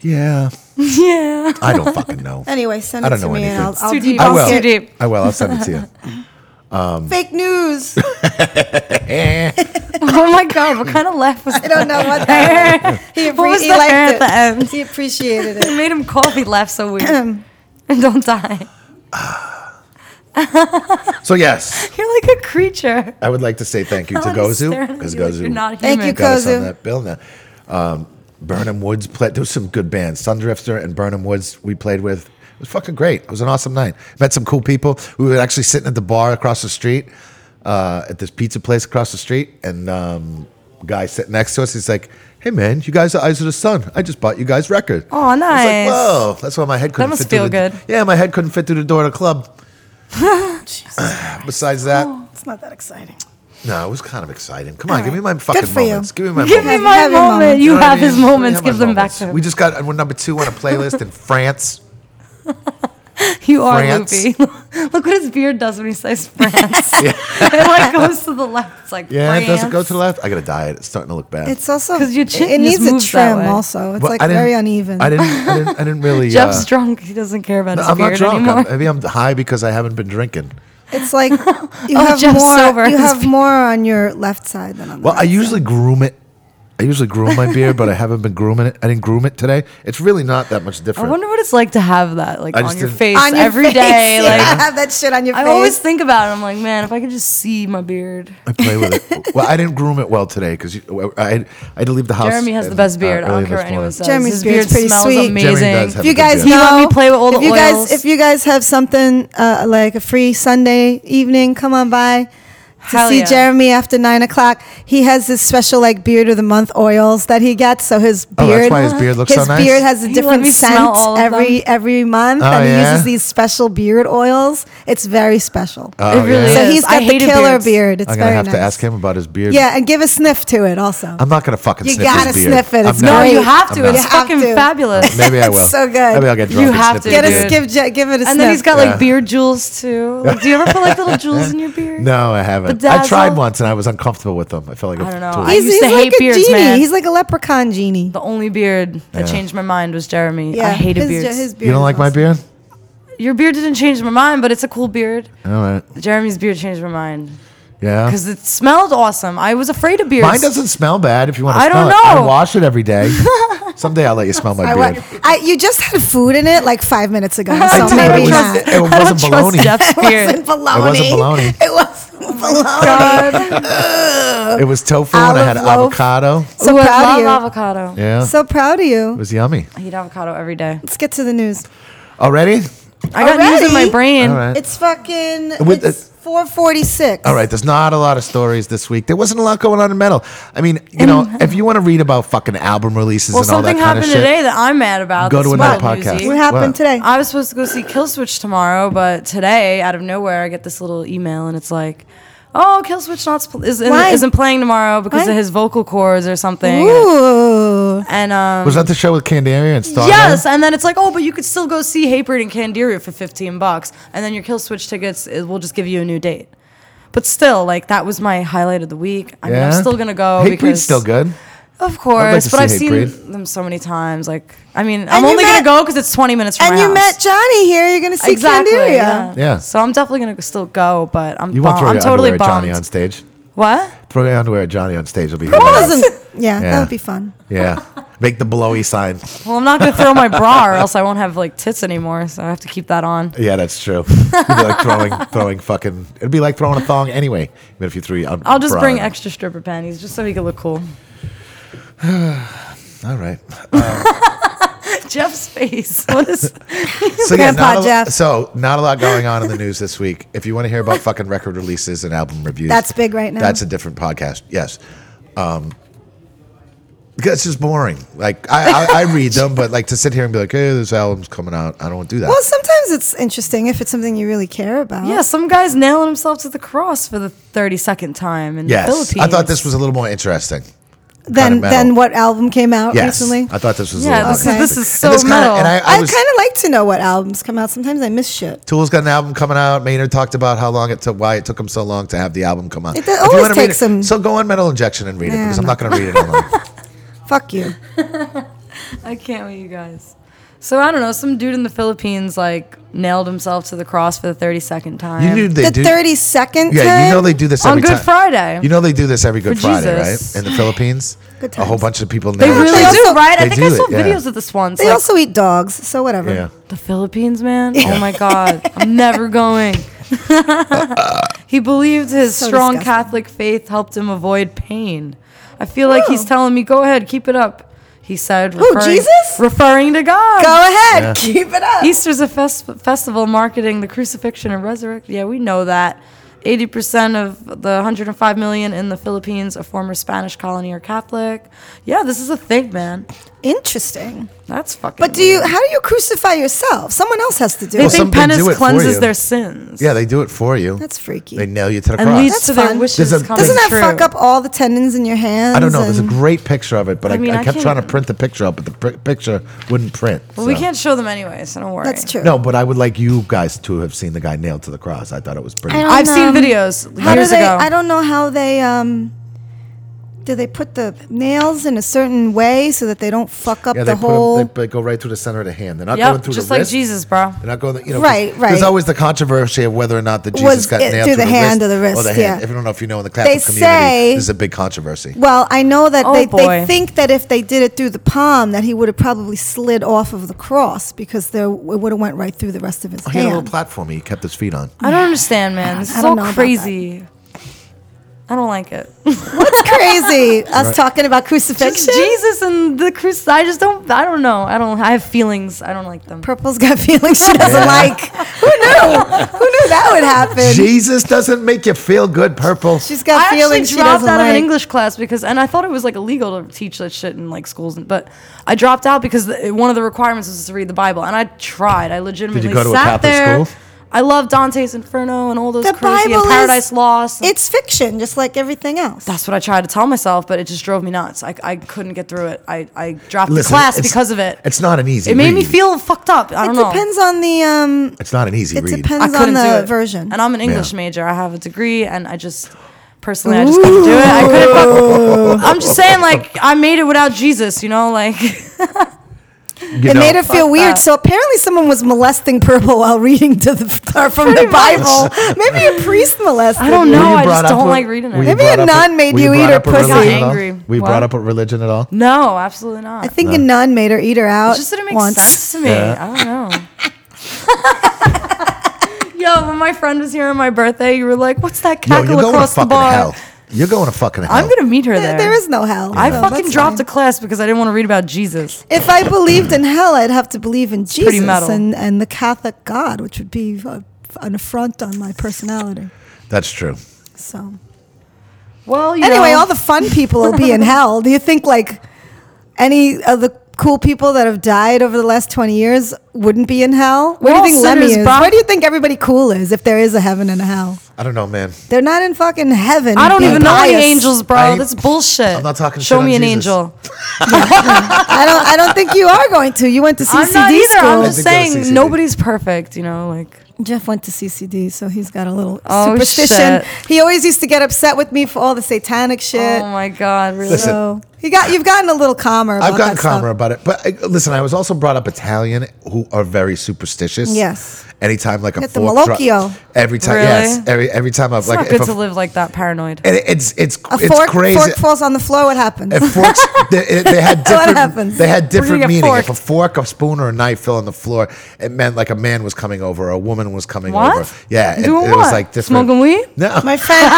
yeah.
yeah.
I don't fucking know.
anyway send
I
it
don't
to
know
me and i'll,
anything.
I'll
Too deep.
I
Don't
debunk
will.
too
it.
deep.
I will. I'll send it to you.
fake news
Oh my god, what kind of laugh was
i
that?
don't know what that was. he,
What
appre-
was
he
the
liked
hair at
it.
the end?
he appreciated it
It made him coffee laugh so weird. and don't die.
So yes,
You're like a creature.
I would like to say thank you to
I wanna stare
Gozu
at
because
you like
Gozu
You're not
Thank
human.
you,
got us
Gozu.
on that bill now. Um, Burnham Woods played. There was some good bands, Sundrifter and Burnham Woods. We played with. It was fucking great. It was an awesome night. Met some cool people. We were actually sitting at the bar across the street, uh, at this pizza place across the street, and um, guy sitting next to us. He's like, "Hey man, you guys are Eyes of the Sun. I just bought you guys record."
Aw,
I was like,
nice.
Whoa, that's why my head couldn't
must
fit through
feel
the-
good.
Yeah, my head couldn't fit through the door of the club. Besides that,
It's not that exciting.
no, it was kind of exciting. Come on,
Oh. All
give me
right.
my fucking
Good for you.
moments. Give me my
Give
moments.
me my
Have your
moment.
moments.
You
You know what
have
I mean?
his moments.
We have
Give
our
them back
moments.
to him.
We just got uh, we're number two on a playlist in France.
You are
France.
loopy. Look what his beard does when he says France. it like goes to the left. It's like
Yeah,
France.
does it go to the left? I got a diet. It's starting to look bad.
It's also
'Cause your
it-
chin
it
just
needs a
moves that
trim.
way.
Also, it's
But
like
I didn't-
very uneven.
I didn't. I didn't. I didn't really.
Jeff's
uh,
drunk. He doesn't care about
no,
his
I'm
beard
not drunk.
anymore.
I'm, maybe I'm high because I haven't been drinking.
It's like you have
Oh, Jeff's
more.
sober.
You have more on your left side than on the
Well, I
right
usually groom it. I usually groom my beard, but I haven't been grooming it. I didn't groom it today. It's really not that much
I
different.
wonder what it's like to have that like
I
on
just
your
didn't-
face
side. on your
every day.
face.
Like
yeah, have that shit on your
I
face.
always think about it. I'm like, man, if I could just see my beard.
I play with it. Well, I didn't groom it well today because I, I had to leave the house.
Jeremy has the
and,
best
uh,
beard. I
early
don't care
this
what anyone
morning.
says.
Jeremy's
His
beard's
beard
pretty
smells
sweet.
amazing.
Jeremy does have
if you
a good
guys
beard.
He
know,
let me play with all
if
the
you guys,
oils.
if you guys have something uh, like a free Sunday evening, come on by to
Hell
see
yeah.
Jeremy after nine o'clock. He has this special like beard of the month oils that he gets, so his
Oh, that's
beard,
why his beard looks so nice?
beard has a
He let
different
me smell
scent
all of
every every month,
Oh,
and he
yeah?
uses these special beard oils. It's very special.
Oh,
it really
yeah?
so
is.
he's
I
got the
hated
killer
beards.
beard. It's
I'm gonna
very
have
nice.
to ask him about his beard.
Yeah, and give a sniff to it also.
I'm not gonna fucking.
You
sniff
gotta
his beard.
sniff it.
I'm
It's
not.
No,
great.
you have to.
I'm
It's
not.
fucking
You have to.
fabulous.
Maybe I
It's
will.
so good.
Maybe I'll get drunk.
You
and sniff
have to,
it.
Get
Dude.
a give, Je- give it a sniff.
And then he's got
Yeah.
like beard jewels too. Like, do you ever put like little jewels in your beard?
No, I haven't. I
Bedazzle.
tried once and I was uncomfortable with them. I felt like a
I don't know.
tool.
I used to hate
a
beards,
genie.
man.
He's like a leprechaun genie.
The only beard that
Yeah.
changed my mind was Jeremy.
Yeah,
I hated
his,
beards.
his beard
you don't
is
like my
awesome.
beard?
Your beard didn't change my mind, but it's a cool beard.
All right.
Jeremy's beard changed my mind
Yeah.
because it smelled awesome. I was afraid of beards.
Mine doesn't smell bad if you want to
I
smell
don't
it. I
know.
wash it every day. Someday I'll let you smell my
I
beard.
wa- I, you just had food in it like five minutes ago,
I
so
did, but
maybe
it,
not.
was, it
It
I don't
wasn't
trust
baloney.
Jeff's beard.
wasn't bologna.
bologna.
It wasn't bologna.
It was tofu and I had
Olive loaf.
avocado.
So
Ooh,
proud of
I
you.
love avocado.
Yeah.
So proud of
it
you.
was yummy.
I eat avocado every day.
Let's get to the news.
Already?
I got news in my
Already?
brain.
All right.
It's fucking.
With
it's
the-
446.
All right, there's not a lot of stories this week. There wasn't a lot going on in metal. I mean, you know, if you want to read about fucking album releases
Well,
and all that
something
kind of
happened
shit,
today that I'm mad about.
Go
that's
to another
not
podcast.
newsy.
What happened
What?
today?
I was supposed to go see Killswitch tomorrow, but today, out of nowhere, I get this little email, and it's like, "Oh, Killswitch not spl- is,
Why?
isn't playing tomorrow because
Why?
of his vocal cords or something."
Ooh.
And um,
was that the show with Candaria and Starlight?
yes, and then it's like, "Oh, but you could still go see Hatebreed and Candiru for fifteen bucks, and then your Killswitch tickets it will just give you a new date." But still, like that was my highlight of the week. I mean, I'm still gonna go.
Hatebreed's
because
still good.
Of course,
to
but I've
see
seen
Hatebreed.
them so many times. Like, I mean, I'm
you
only
met-
gonna go because it's 20 minutes from
and
my
you
house.
met Johnny here. You're gonna see
exactly.
Candiria.
Yeah.
Yeah.
So I'm definitely gonna still go, but I'm
You
bum-
won't throw
I'm
your
totally
underwear at Johnny
bummed.
on stage.
What?
Throw your underwear at Johnny on stage. It'll be
That
hilarious.
wasn't- yeah, that
Yeah.
would be fun.
Yeah. Make the blowy sign.
Well, I'm not gonna throw my bra, or else I won't have like tits anymore. So I have to keep that on.
Yeah, that's true. It'd be like throwing, throwing fucking. It'd be like throwing a thong anyway. Even if you threw. your un-
I'll just
bra
bring
in.
extra stripper panties just so he can look cool.
All right.
Jeff's face. What is?
So yeah,
Grandpa
not a,
Jeff.
so not a lot going on in the news this week. If you want to hear about fucking record releases and album reviews,
That's big right now.
That's a different podcast. Yes, um, because it's just boring. Like I, I, I read them, but like to sit here and be like, "Hey, this album's coming out," I don't do that.
Well, sometimes it's interesting if it's something you really care about.
yeah, some guy's nailing himself to the cross for the 32nd time in
yes,
the Philippines.
I thought this was a little more interesting.
Then,
metal.
then what album came out
Yes,
recently?
I thought this was.
Yeah,
a little
this
more
is-
this
interesting.
is
And
so
this kinda-
metal.
and I, I
I
was.
kind of like to know what albums come out. Sometimes I miss shit.
Tool's got an album coming out. Maynard talked about how long it took, why it took him so long to have the album come out.
It
If you
always
wanna read
takes
it-
him-
So go on Metal Injection and read it
Yeah,
because I'm
I'm
not going to read it online.
Fuck you.
I can't with you guys. So I don't know. Some dude in the Philippines like nailed himself to the cross for the 32nd
You
time.
knew they
the
do.
thirty second.
Yeah, you know they do this
On
every
Good
ti-
Friday.
You know they do this every Good
For
Friday,
Jesus.
right? In the Philippines,
Good
a whole
times.
bunch of people.
they
nail
really
each
also-
do, right? I
They
think I
do
saw
it, yeah.
videos of this once.
They
like,
also eat dogs, so whatever.
other. Yeah.
the Philippines, man. Oh my God, I'm never going. he believed his
So
strong
disgusting.
Catholic faith helped him avoid pain. I feel like he's
Oh.
telling me, "Go ahead, keep it up." He said,
Who,
referring-
Jesus?
referring to God.
Go ahead, keep it up.
Easter's a fest- festival marketing the crucifixion and resurrection. Yeah, we know that. 80% of the 105 million in the Philippines, a former Spanish colony, are Catholic. Yeah, this is a thing, man.
Interesting.
That's fucking.
But do you?
weird.
How do you crucify yourself? Someone else has to do
They
Well,
it.
some people do
think penance
it for
cleanses
you.
their sins.
Yeah, they do it for you.
That's freaky.
They nail you to the
and
cross.
leads
That's
to
fun.
their wishes.
There's a-
coming
Doesn't that
true.
fuck up all the tendons in your hands?
I don't know. There's a
and-
great picture of it, but I,
I mean,
I,
I
kept
can't-
trying to print the picture up, but the pr- picture wouldn't print.
Well, we
so.
can't show them anyway, so don't worry.
That's true.
No, but I would like you guys to have seen the guy nailed to the cross. I thought it was pretty.
I've seen videos
How do
years
they?
ago.
I don't know how they. Um, do they put the nails in a certain way so that they don't fuck up
Yeah,
the
they, put
whole?
them, they go right through the center of the hand. They're not going
Yep,
through
just
the
like
wrist.
Jesus, bro.
They're not going. To, you know,
Right,
'cause
right.
There's always the controversy of whether or not the Jesus
Was
got
it
nailed
through
through
the hand or the
or the
wrist,
hand.
yeah.
If you don't know if you know in the Catholic
They
community,
say-
this is a big controversy.
well, I know that
Oh,
they, they
boy.
think that if they did it through the palm, that he would have probably slid off of the cross because there it would have went right through the rest of his
Oh, he had a little
hand.
platform he kept his feet on.
I don't understand, man. This
I
is
don't
all
know about that.
crazy. I don't like it.
It's crazy. Us talking about
It's
crucifixion.
Jesus and the crucifix. I just don't. I don't know. I don't. I have feelings. I don't like them.
Purple's got feelings she doesn't like. Who knew? Who knew that would happen?
Jesus doesn't make you feel good, purple.
She's
I
got
actually
feelings she
dropped
doesn't
out of an
like.
English class because, and I thought it was like illegal to teach that shit in like schools, and- but I dropped out because the, one of the requirements was to read the Bible, and I tried. I legitimately
go to a
sat
Catholic
there.
school?
I love Dante's Inferno and all those
The
crazy and
Bible
Paradise
is
Lost. and-
It's fiction, just like everything else.
that's what I tried to tell myself, but it just drove me nuts. I, I couldn't get through it. I, I dropped
Listen,
the class
it's-
because of it.
It's not an easy.
It made me
read.
feel fucked up. I
it
don't know.
depends on the um.
It's not an easy
It
read.
I
depends on
couldn't do
the
it.
version.
And I'm an English
Yeah.
major. I have a degree, and I just personally, I just couldn't do it. I couldn't. fuck- I'm just saying, like, I made it without Jesus. You know, like,
You
it
know,
made her feel weird.
that.
So apparently, someone was molesting Purple while reading to the or from the
Pretty much.
Bible. Maybe a priest molested.
I don't
were
know.
you
No, I
brought
just
up
don't
with-
like reading it.
were you
Maybe a
brought up
nun
with-
made
were
you eat
brought
her
up with
pussy.
religion
Got
at all?
angry.
We
What?
brought up with religion at all?
no, absolutely not.
I think a nun made her eat her out.
it just didn't make
once.
sense to me.
Yeah.
I don't know. Yo, when my friend was here on my birthday, you were like, "What's that
Yo,
cackle
you're going to
across the
fucking
bar?"
hell. You're going to fucking hell.
I'm gonna meet her
There-
there.
there is no hell.
I
so
fucking
that's
dropped
fine.
a class because I didn't want to read about Jesus.
If I believed in hell, I'd have to believe in
pretty
Jesus
metal.
and and the Catholic God, which would be uh, an affront on my personality.
That's true.
So.
Well, you
Anyway,
know,
all the fun people will be in hell. Do you think like any of the cool people that have died over the last 20 years wouldn't be in hell? Where
We're
do you
all
think Lemmy
sinners,
is?
bro.
Where do you think everybody cool is if there is a heaven and a hell?
I don't know, man.
They're not in fucking heaven.
I don't
being
even know any
pious.
angels, bro.
I-
That's bullshit.
I'm not talking
Show
shit on
me an
Jesus.
angel.
I don't I don't think you are going to. You went to
I'm not
CCD
either. I'm
school.
just
think that was
saying
CCD.
nobody's perfect, you know, like
Jeff went to CCD, so he's got a little
Oh,
superstition.
shit.
He always used to get upset with me for all the satanic shit.
oh my god, really.
Listen,
So- You got you've gotten a little calmer. About
I've gotten
that stuff.
calmer about it, but I, listen, I was also brought up Italian, who are very superstitious.
Yes.
Anytime like a
Get the
fork drop-
malocchio.
every time,
Really?
yes, every every time I'm
It's
like,
not
if
good
a-
to live like that paranoid.
and it- it's it's
A
it's
fork,
crazy.
fork falls on the floor. What happens?
If forks, they, they had
What
different.
happens?
They had different
get
meaning. If
forked.
a fork, a spoon, or a knife fell on the floor, it meant like a man was coming over, a woman was coming
What?
over. Yeah, it,
Doing
it was
what?
like different.
Smoking weed?
No,
My friend,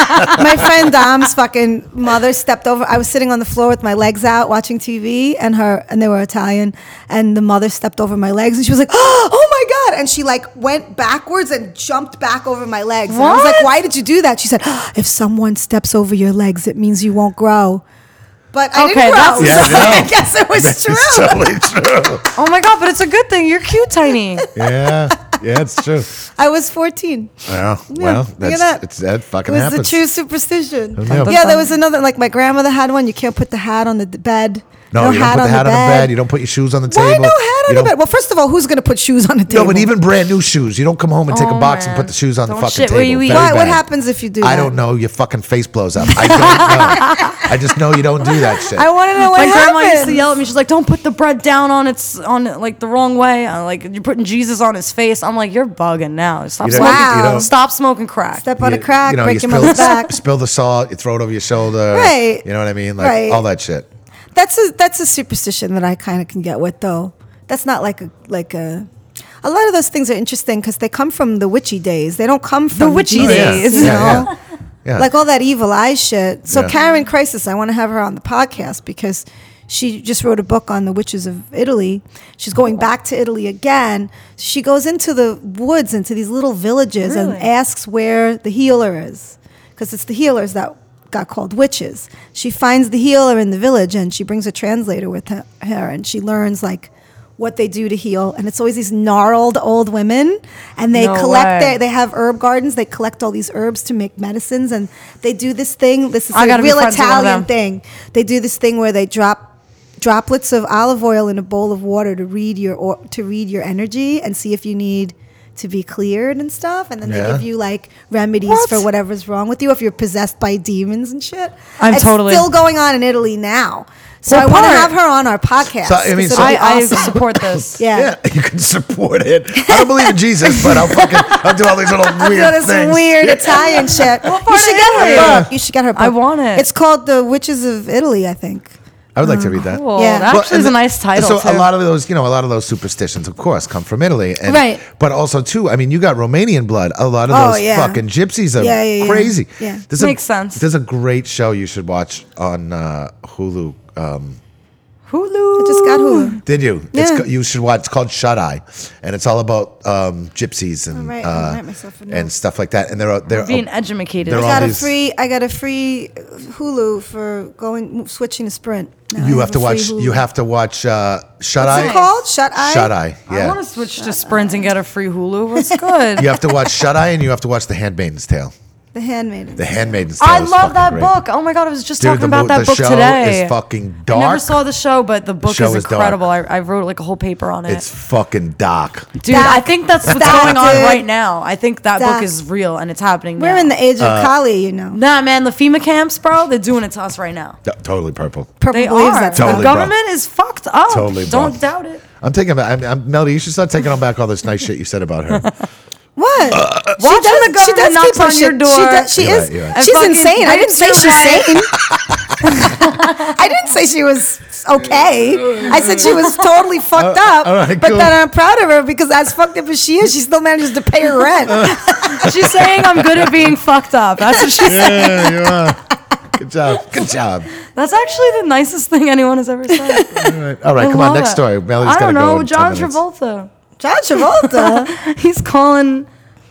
my friend Dom's fucking mother stepped over. I was sitting on the floor with my legs out watching TV, and her and they were Italian, and the mother stepped over my legs, and she was like, "Oh my god!" And she like went backwards and jumped back over my legs. And I was like,
What?
"Why did you do that?" She said, "Oh, "If someone steps over your legs, it means you won't grow." But I
Okay,
didn't grow.
that's-
Yeah,
so
I
I
know.
guess it was true.
it's totally true.
Oh my god, but it's a good thing. You're cute, tiny.
Yeah, yeah, it's true.
I was fourteen.
Well,
Yeah,
well,
look at
that's
that.
it's that
It
fucking
was
happens. Oh,
the true superstition.
Yeah.
Yeah. there was another. Like my grandmother had one. You can't put the hat on the d- bed.
no, you don't put the hat on the bed. You don't put your shoes on the
Why
table.
no
You
hat on the
don't-
bed? Well, first of all, who's going to put shoes on the
No,
table?
but even brand new shoes. You don't come home and take a
Oh,
box and
man.
put the shoes on the
Don't
fucking
shit
table.
where you eat.
Very
Why, what
bad.
happens if you do?
I
that?
don't know. Your fucking face blows up. I don't know. I just know you don't do that shit.
I want to know what
my grandma used to
happens.
yell at me. She's like, "Don't put the bread down on its on it like the wrong way. i like you're putting Jesus on his face." I'm like, "You're bugging now. Stop
You don't-
smoking.
you don't-
Stop smoking crack."
Step on
You-
a crack,
you know, you
break your
spill-
mother's back.
Spill the salt. You throw it over your shoulder.
Right.
You know what I mean? Like
Right.
all that shit.
That's a that's a superstition that I kind of can get with though. That's not like a like a. A lot of those things are interesting because they come from the witchy days. They don't come from
witchy
Jesus,
days.
you know.
Oh, yeah. yeah. Yeah.
like oh, all that evil eye shit. So
Yeah.
Karen Crisis, I want to have her on the podcast because she just wrote a book on the witches of Italy. She's going back to Italy again. She goes into the woods, into these little villages, and
Really?
asks where the healer is, because it's the healers that got called witches. She finds the healer in the village, and she brings a translator with her, her and she learns like. What they do to heal, and it's always these gnarled old women, and they
No
collect
way.
their, they have herb gardens. They collect all these herbs to make medicines, and they do this thing. This is
I
a
gotta be
real
friends with one of
Italian
them.
thing. They do this thing where they drop droplets of olive oil in a bowl of water to read your or, to read your energy and see if you need to be cleared and stuff. And then
Yeah.
they give you like remedies
What?
for whatever's wrong with you if you're possessed by demons and shit.
I'm
it's
totally-
still going on in Italy now. So
What
I want to
part?
have her on our podcast.
So, I mean,
'cause
so-
it'll be
I, I
awesome.
support this.
yeah.
Yeah, you can support it. I don't believe in Jesus, but I'll fucking I'll do all these little weird
doing some
things.
weird Italian shit. You
part
should
of
get her
Italy?
book. You should get her book.
I want it.
It's called The Witches of Italy, I think.
I would like
Mm.
to read that.
Cool.
Yeah.
Yeah. That
Well,
actually
and
is a
the-
nice
So
title.
a
too.
lot of those, you know, a lot of those superstitions, of course, come from Italy, and,
Right.
But also too, I mean, you got Romanian blood. A lot of
Oh,
those
yeah.
fucking gypsies are
Yeah, yeah, yeah.
crazy.
Yeah.
There's
Makes
a,
sense.
There's a great show you should watch on uh, Hulu. Um,
Hulu.
I just got Hulu.
did you? It's
Yeah.
co- you should watch. It's called Shut Eye, and it's all about um, gypsies and
All Oh, right, I'll
uh,
write myself a note.
and stuff like that. And they're they're
Being
They're
edumacated.
I
all
got a
these-
free. I got a free Hulu for going switching to Sprint. Now I
you have
a
to
free
watch.
Hulu.
You have to watch uh, Shut
What's
Eye.
it called? Shut Eye.
Shut Eye.
I
Yeah.
want to switch to Sprint and get a free Hulu. What's good?
you have to watch Shut Eye, and you have to watch The Handmaid's Tale.
The Handmaiden.
The Handmaid's Tale.
I
is
love
fucking
that
great.
book. Oh my god, I was just
Dude,
talking
the
about
mo-
that
the
book
show
today.
is fucking
I never
dark.
saw the show, but the book
show
is
is dark.
incredible. I, I wrote like a whole paper on it.
It's fucking dark.
Dude,
That-
I think that's what's
that,
going on
dude.
right now. I think that
That.
book is real and it's happening.
We're
now.
in the age of
Uh,
Kali, you know.
nah, man. The FEMA camps, bro. They're doing it to us right now.
T- totally purple.
Purple
They
believes
are.
that's
Totally,
the
bro.
government is fucked up.
Totally, bro.
Don't doubt it.
I'm taking back. I'm, I'm, Melody, you should start taking on back all this nice shit you said about her.
What?
uh,
Watch when the government knocks
people
on your
shit.
door.
She, does, she
You're
is.
right, you're right.
She's
Fucking
insane. I
wait
didn't say
till
she's
I-
sane. I didn't say she was okay. I said she was totally fucked
Uh,
up.
all right,
but
cool.
then I'm proud of her because as fucked up as she is, she still manages to pay her rent.
Uh. She's saying I'm good at being fucked up. That's what she's.
yeah, you are. Good job. Good job.
That's actually the nicest thing anyone has ever said.
All right, all right
I
come on.
love
Next
it.
story. Melody's
I
got
don't
to go.
know.
in 10
John
minutes.
Travolta.
John Travolta.
he's calling,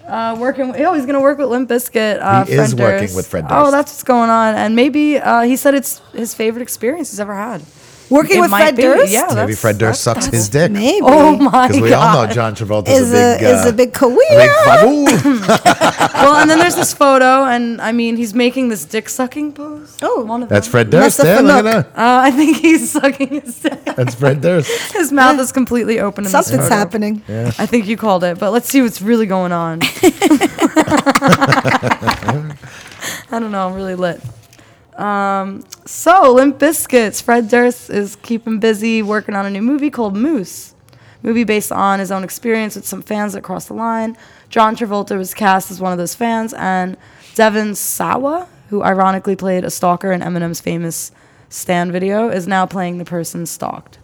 uh, working. Oh, he's gonna work with Limp Bizkit. Uh,
He is
Fred
working
Durst.
with Fred
Oh,
Durst.
that's what's going on. And maybe uh, he said it's his favorite experience he's ever had.
Working
It
with
might
Fred
be,
Durst?
Yeah,
Maybe
that's-
Fred Durst
that's-
sucks his dick.
Maybe.
Oh my
Because we
god!
all know John Travolta's
Is a,
a big. uh,
is a big career.
a big fuck- Ooh.
well, and then there's this photo, and I mean, he's making this dick sucking pose.
Oh.
one of
That's
them.
Fred Durst.
Messed up
Yeah,
the
look at
milk.
that.
Uh, I think he's sucking his dick.
That's Fred Durst.
His mouth is completely open. In this
Something's
photo.
happening.
I think you called it, but let's see what's really going on. I don't know. I'm really lit. Um, so, Limp Biscuits. Fred Durst is keeping busy working on a new movie called Moose. Movie based on his own experience with some fans that crossed the line. John Travolta was cast as one of those fans, and Devin Sawa, who ironically played a stalker in Eminem's famous Stan video, is now playing the person stalked.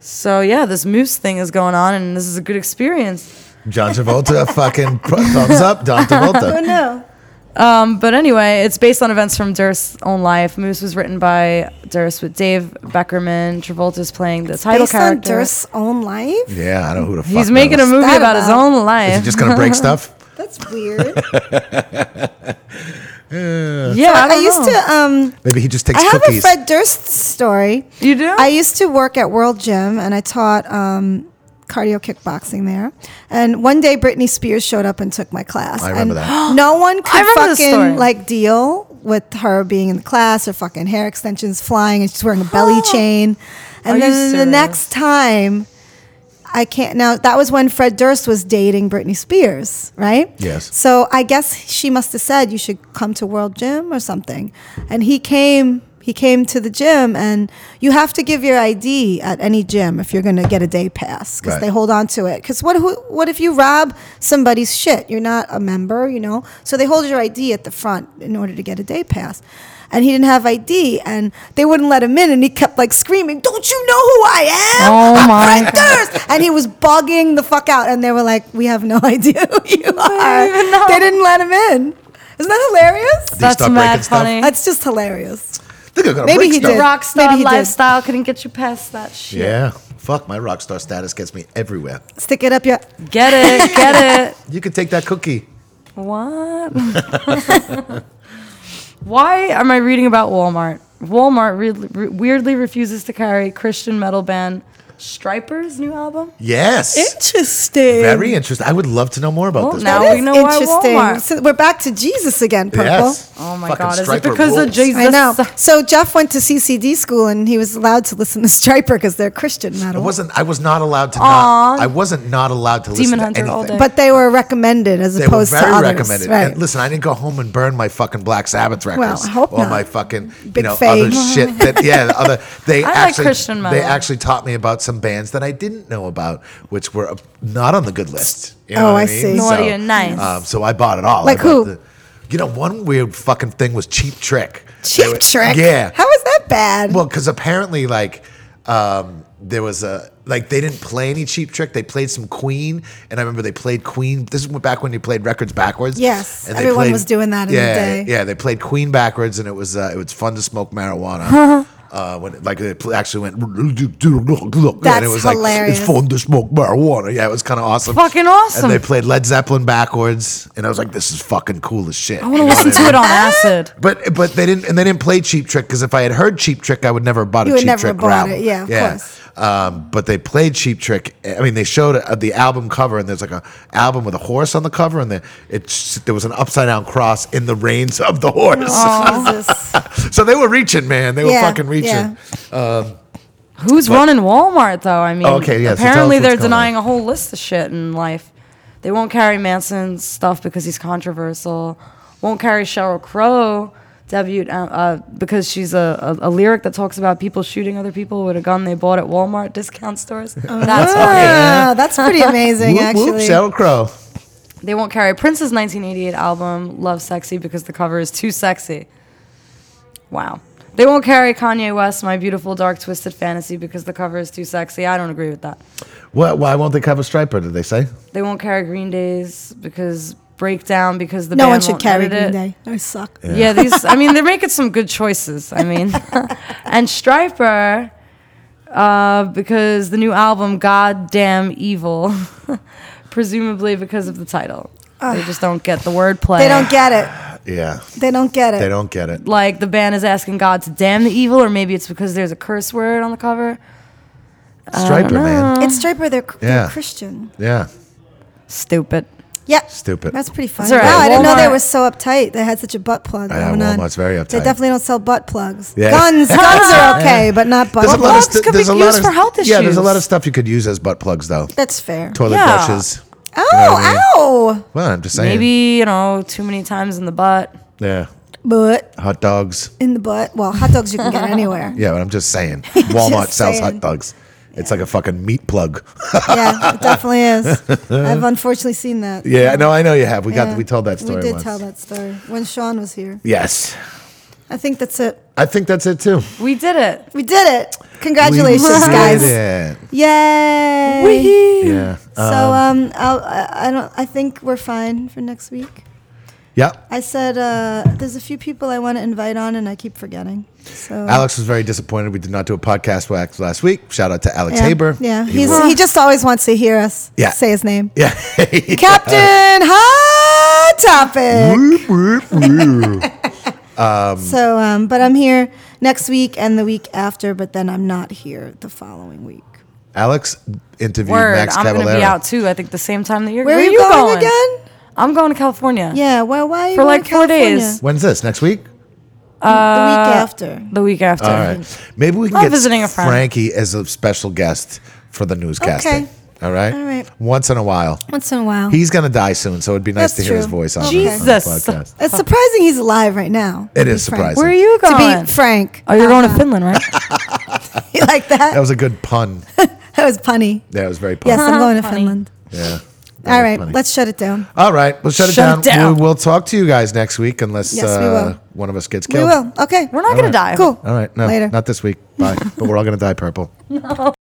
So, yeah, this Moose thing is going on, and this is a good experience.
John Travolta, fucking thumbs up, John
Oh
Travolta.
no.
Um, but anyway, it's based on events from Durst's own life. Moose was written by Durst with Dave Beckerman. Travolta's playing the title
Based on
character.
Durst's own life?
Yeah, I don't know who the fuck.
He's making a
knows.
movie
that
about his
about?
own
Is he
life.
just gonna break stuff?
That's weird.
yeah, I,
I, used to um
Maybe he just
I
takes
have a
cookies.
Fred Durst story.
to. You do?
I used to work at World Gym and I taught um, cardio kickboxing there. And one day Britney Spears showed up and took my class.
I remember
and
that.
No one could
remember this story.
fucking like deal with her being in the class, her fucking hair extensions flying, and she's wearing a belly chain.
Are
And
you
then the
serious?
next time, I can't. Now that was when Fred Durst was dating Britney Spears, right?
Yes.
So I guess she must have said you should come to World Gym or something, and he came. He came to the gym, and you have to give your ID at any gym if you're going to get a day pass because
Right.
they hold on to it. Because what who, what if you rob somebody's shit? You're not a member, you know. So they hold your ID at the front in order to get a day pass. And he didn't have ID, and they wouldn't let him in, and he kept like screaming, "Don't you know who I am?
Oh,
I'm
my
Fred Durst!" And he was bugging the fuck out, and they were like, "We have no idea who you are."
even know.
They didn't let him in. Isn't that hilarious?
Did he
That's
stop
mad
breaking stuff?
funny.
That's just hilarious.
Think I'm gonna
Maybe
break
he
stuff.
did.
rock star
Maybe he did.
lifestyle couldn't get you past that shit.
Yeah. Fuck, my rock star status gets me everywhere.
Stick it up your.
Get it, get it.
You can take that cookie.
What? Why am I reading about Walmart? Walmart re- re- weirdly refuses to carry Christian metal band Striper's new album.
Yes.
Interesting.
Very interesting. I would love to know more about
Well,
this.
now
one.
we know why Walmart.
So we're back to Jesus again, purple.
Yes.
Oh my
Fucking
God! Is it
Stryper
because of
rules.
Jesus?
I know. So Jeff went to CCD school and he was allowed to listen to Striper because they're Christian
I
metal.
wasn't. I was not allowed to. Not,
Aw.
I wasn't not allowed to listen
Demon
to
Hunter
anything.
all day.
but they were recommended as
They were
opposed
very
to others.
recommended.
Right.
And listen, I didn't go home and burn my fucking Black Sabbath records.
I hope
or
not.
my fucking you
Big
know
fame.
other shit that yeah the other they
I like
actually
Christian metal.
they actually taught me about some bands that I didn't know about, which were uh, not on the good list. You know
Oh,
what
I
mean?
see.
Naughty and nice.
Um, so I bought it all. I
Like
bought
who?
the- you know, one weird fucking thing was Cheap Trick. They
Cheap
were-
trick.
Yeah.
How is that bad?
Well, because apparently, like, um, there was a like they didn't play any Cheap Trick. They played some Queen, and I remember they played Queen. This is back when you played records backwards.
Yes,
they
everyone was doing that in the
yeah,
day.
Yeah, they played Queen backwards, and it was uh, it was fun to smoke marijuana. Uh, when like they pl- actually went, and it
That's
was
hilarious.
like it's fun to smoke marijuana. Yeah, it was kind of awesome,
Fucking awesome.
And they played Led Zeppelin backwards, and I was like, this is fucking cool as shit.
I want to listen to it on acid.
But but they didn't and they didn't play Cheap Trick because if I had heard Cheap Trick, I would never have bought
You
a
would
Cheap
never
Trick
have bought
album.
it. Yeah, of course.
Um, but they played Cheap Trick. I mean, they showed uh, the album cover and there's like a album with a horse on the cover and the, it's there was an upside down cross in the reins of the horse.
Oh,
Jesus.
so they were reaching, man. They were
Yeah,
fucking reaching.
yeah.
Who's running Walmart though? I mean,
Oh, okay, yeah, so tell
apparently
us what's
they're
going
denying a whole list of shit in life. They won't carry Manson's stuff because he's controversial. Won't carry Sheryl Crow debut uh, uh, because she's a, a, a lyric that talks about people shooting other people with a gun they bought at Walmart discount stores. That's funny.
Ah, that's pretty amazing,
Whoop, whoop,
actually.
Sheryl Crow.
They won't carry Prince's 1988 album Love Sexy because the cover is too sexy. Wow. They won't carry Kanye West My Beautiful Dark Twisted Fantasy because the cover is too sexy. I don't agree with that.
What, why won't they cover Striper? Did they say?
They won't carry Green Days because breakdown because the
no
band
one should
won't
carry
edit
Green
it.
Day. I suck.
Yeah. these. I mean, they're making some good choices. I mean, and Striper uh, because the new album "God Damn Evil," presumably because of the title. they just don't get the wordplay.
They don't get it.
Yeah,
They don't get it.
they don't get it.
like the band is asking God to damn the evil, or maybe it's because there's a curse word on the cover.
Striper, man.
It's Striper. They're,
Yeah.
they're Christian.
Yeah,
Stupid.
Yeah.
Stupid.
That's pretty funny.
It's all right.
Wow, I didn't know they
Walmart-
were so uptight. They had such a butt plug
Yeah,
going on.
Walmart's very
They
uptight.
definitely don't sell butt plugs.
Yeah.
Guns, guns are okay, but not butt
There's a lot
plugs.
of
plugs
stu-
could be
there's a lot
used
of
for health
Yeah, there's a
issues.
lot of stuff you could use as butt plugs though.
That's fair.
Toilet
Yeah.
brushes.
Oh,
know what I mean?
ow!
Well, I'm just saying.
Maybe you know too many times in the butt.
Yeah.
But
hot dogs.
in the butt. Well, hot dogs you can get anywhere.
Yeah, but I'm just saying, Walmart
Just
sells
saying.
hot dogs. It's like a fucking meat plug.
yeah, it definitely is. I've unfortunately seen that.
yeah, no, I know you have. We got
Yeah.
we told that story.
We did
once.
tell that story when Sean was here.
Yes,
I think that's it.
I think that's it too.
We did it.
We did it. Congratulations,
We did
guys.
it.
Yay.
Yeah.
So um, I'll, I, I don't. I think we're fine for next week.
yeah.
I said uh, there's a few people I want to invite on, and I keep forgetting. So
Alex was very disappointed we did not do a podcast with Alex last week. Shout out to Alex
yeah,
Haber.
Yeah,
He
he's
was-
he just always wants to hear us
Yeah.
say his name.
yeah. Uh,
Captain Hot
Mm-hmm.
Topic. so, um, but I'm here next week and the week after, but then I'm not here the following week.
Alex interviewed
Word.
Max
I'm
Cavalera.
gonna be out too. I think the same time that you're.
Where, are you, going, again?
I'm going to California.
Yeah, well, why are you
For
going
like
to
four
California?
days.
When's this? Next week?
the week
Uh,
after.
The week after.
All right. Maybe we can
I'm
get
visiting a friend.
Frankie as a special guest for the newscasting.
Okay.
All right.
All right.
Once in a while.
Once in a while.
He's gonna die soon, so it'd be nice
That's
to hear his
true.
voice on,
Okay.
the- on the
Jesus.
podcast.
it's surprising he's alive right now.
It
to
is
be frank.
surprising.
Where are you
To
going?
be frank,
oh, you're going to Finland, right?
you like
That
that?
was a good pun.
That was punny.
That was very
Yes,
pun.
I'm going to
Funny.
Finland.
Yeah.
All right,
funny.
let's shut it down.
All right, we'll shut, it down.
Shut it down.
We will talk to you guys next week unless
Yes, we
uh,
will.
one of us gets
We
killed.
will. Okay.
We're not gonna
right.
die.
Cool.
All right, no,
Later.
not this week. Bye. but we're all gonna die purple.